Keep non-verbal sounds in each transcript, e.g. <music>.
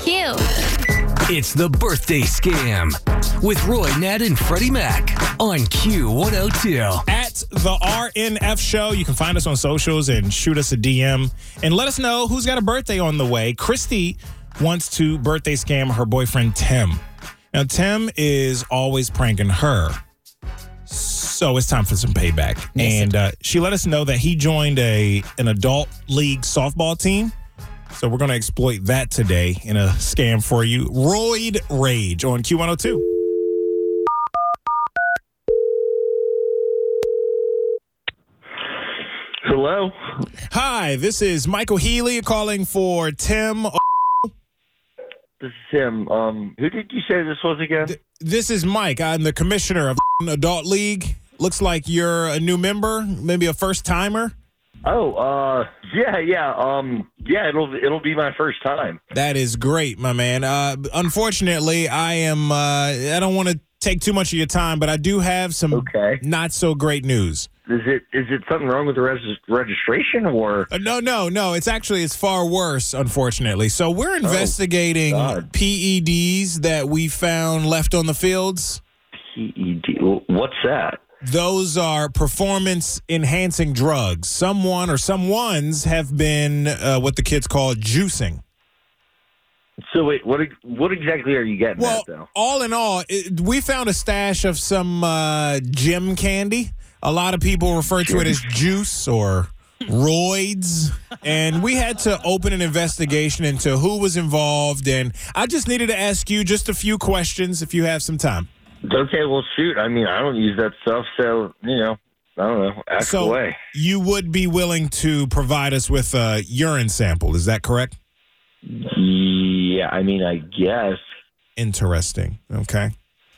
Cute. It's the birthday scam with Roy, Ned, and Freddie Mac on Q102. At the RNF show, you can find us on socials and shoot us a DM and let us know who's got a birthday on the way. Christy wants to birthday scam her boyfriend Tim. Now Tim is always pranking her. So it's time for some payback. And uh, she let us know that he joined a an adult league softball team. So we're going to exploit that today in a scam for you. Roid Rage on Q102. Hello. Hi, this is Michael Healy calling for Tim. This is Tim. Um, who did you say this was again? This is Mike. I'm the commissioner of <laughs> Adult League. Looks like you're a new member, maybe a first timer. oh, uh, yeah, yeah. Um, yeah, it'll it'll be my first time. That is great, my man. Uh, unfortunately, I am. Uh, I don't want to take too much of your time, but I do have some Okay. not so great news. Is it is it something wrong with the res- registration or? Uh, no, no, no. It's actually it's far worse, unfortunately. So we're investigating Oh, God. PEDs that we found left on the fields. PED. E What's that? those are performance enhancing drugs. Someone or someone's have been uh, what the kids call juicing. So wait, what ex- what exactly are you getting Well, at though? all in all, it, we found a stash of some uh, gym candy. A lot of people refer to it as juice or roids. And we had to open an investigation into who was involved. And I just needed to ask you just a few questions if you have some time. Okay, well, shoot. I mean, I don't use that stuff, so you know, I don't know. Ask so away. you would be willing to provide us with a urine sample. Is that correct? Yeah, I mean, I guess. Interesting. Okay.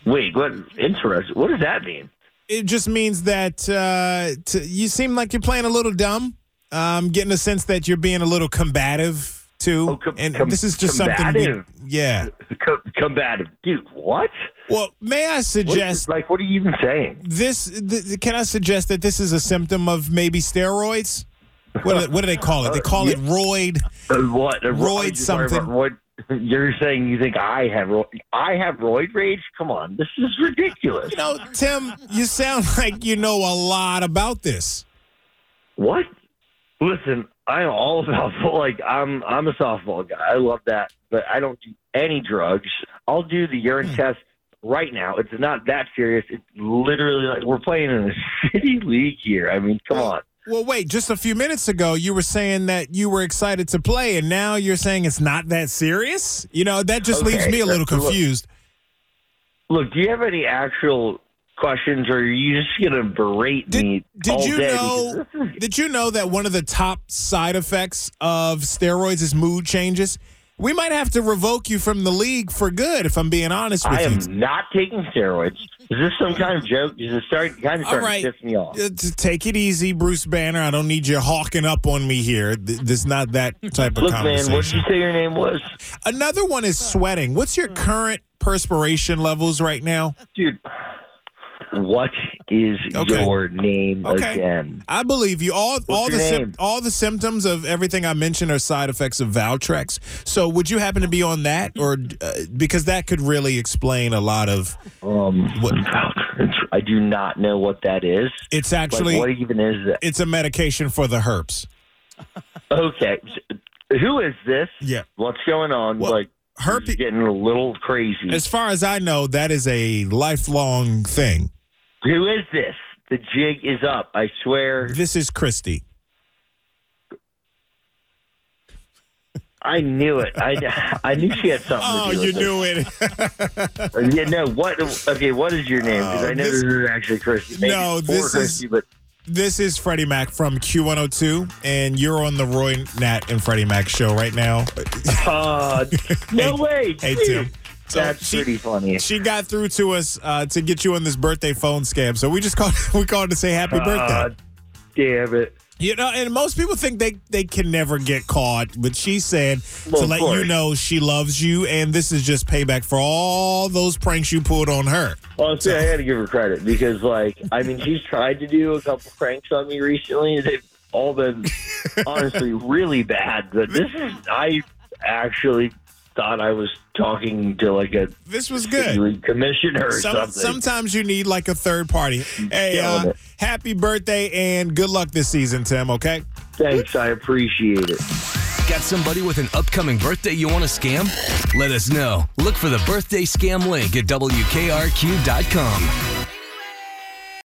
Wait, what? Interesting. What does that mean? It just means that uh, t- you seem like you're playing a little dumb. I'm getting a sense that you're being a little combative too. Oh, com- and com- this is just something. combative? We, yeah. Co- combative, dude. What? Well, may I What is- suggest like, what are you even saying? this? Th- th- can I suggest that this is a symptom of maybe steroids? What do they, what do they call it? They call <laughs> it roid. Uh, what? Uh, Roid I'm just sorry, something. but Roid, <laughs> you're saying you think I have ro- I have roid rage? Come on, this is ridiculous. You know, Tim, you sound like you know a lot about this. What? Listen, I'm all <laughs> about like I'm I'm a softball guy. I love that, but I don't do any drugs. I'll do the urine Hmm. test right now. It's not that serious. It's literally like we're playing in a <laughs> city league here. I mean, Hmm. come on. Well, wait, just a few minutes ago, you were saying that you were excited to play, and now you're saying it's not that serious? You know, that just leaves Okay, me a little let's look. confused. Look, do you have any actual questions, or are you just gonna berate Did- me did all you day? know- Because this is- Did you know that one of the top side effects of steroids is mood changes? We might have to revoke you from the league for good, if I'm being honest with I you. am not taking steroids. Is this some kind of joke? Is it start kind of All starting right. to piss me off? Uh, t- Take it easy, Bruce Banner. I don't need you hawking up on me here. Th- This is not that type of Look, man, conversation. what did you say your name was? Another one is sweating. What's your current perspiration levels right now? Dude, what is Okay. your name Okay. again? I believe you. All all the your sym- name? all the symptoms of everything I mentioned are side effects of Valtrex. So would you happen to be on that, or uh, because that could really explain a lot of Um, What- I do not know what that is. it's Like, actually what even is that? it's a medication for the herpes. Okay, who is this? Yeah, What's going on? Well, like, this is herpes. getting a little crazy. As far as I know, that is a lifelong thing. Who is this? The jig is up. I swear. This is Christy. I knew it. I, I knew she had something Oh, to do you with it. knew it. <laughs> Uh, Yeah, no. What? Okay, what is your name? 'Cause Uh, I know this- this is actually Christy. Maybe No, it's this for is- Christy, but This is Freddie Mac from Q102, and you're on the Roy Nat and Freddie Mac show right now. <laughs> uh, no way. Hey, dude. Tim. So That's she- pretty funny. She got through to us uh, to get you on this birthday phone scam. So we just called <laughs> we called to say happy Ah, birthday. damn it. You know, and most people think they they can never get caught, but she said Well, to of let you course. know she loves you, and this is just payback for all those pranks you pulled on her. Honestly, I had to give her credit because, like, I mean, she's tried to do a couple pranks on me recently. and They've all been honestly really bad, but this is I actually thought I was talking to like a This was city good. league commissioner or Some, something. sometimes you need like a third party. Hey, Killing uh, it. happy birthday and good luck this season, Tim, okay? Thanks, I appreciate it. Got somebody with an upcoming birthday you want to scam? Let us know. Look for the birthday scam link at WKRQ.com.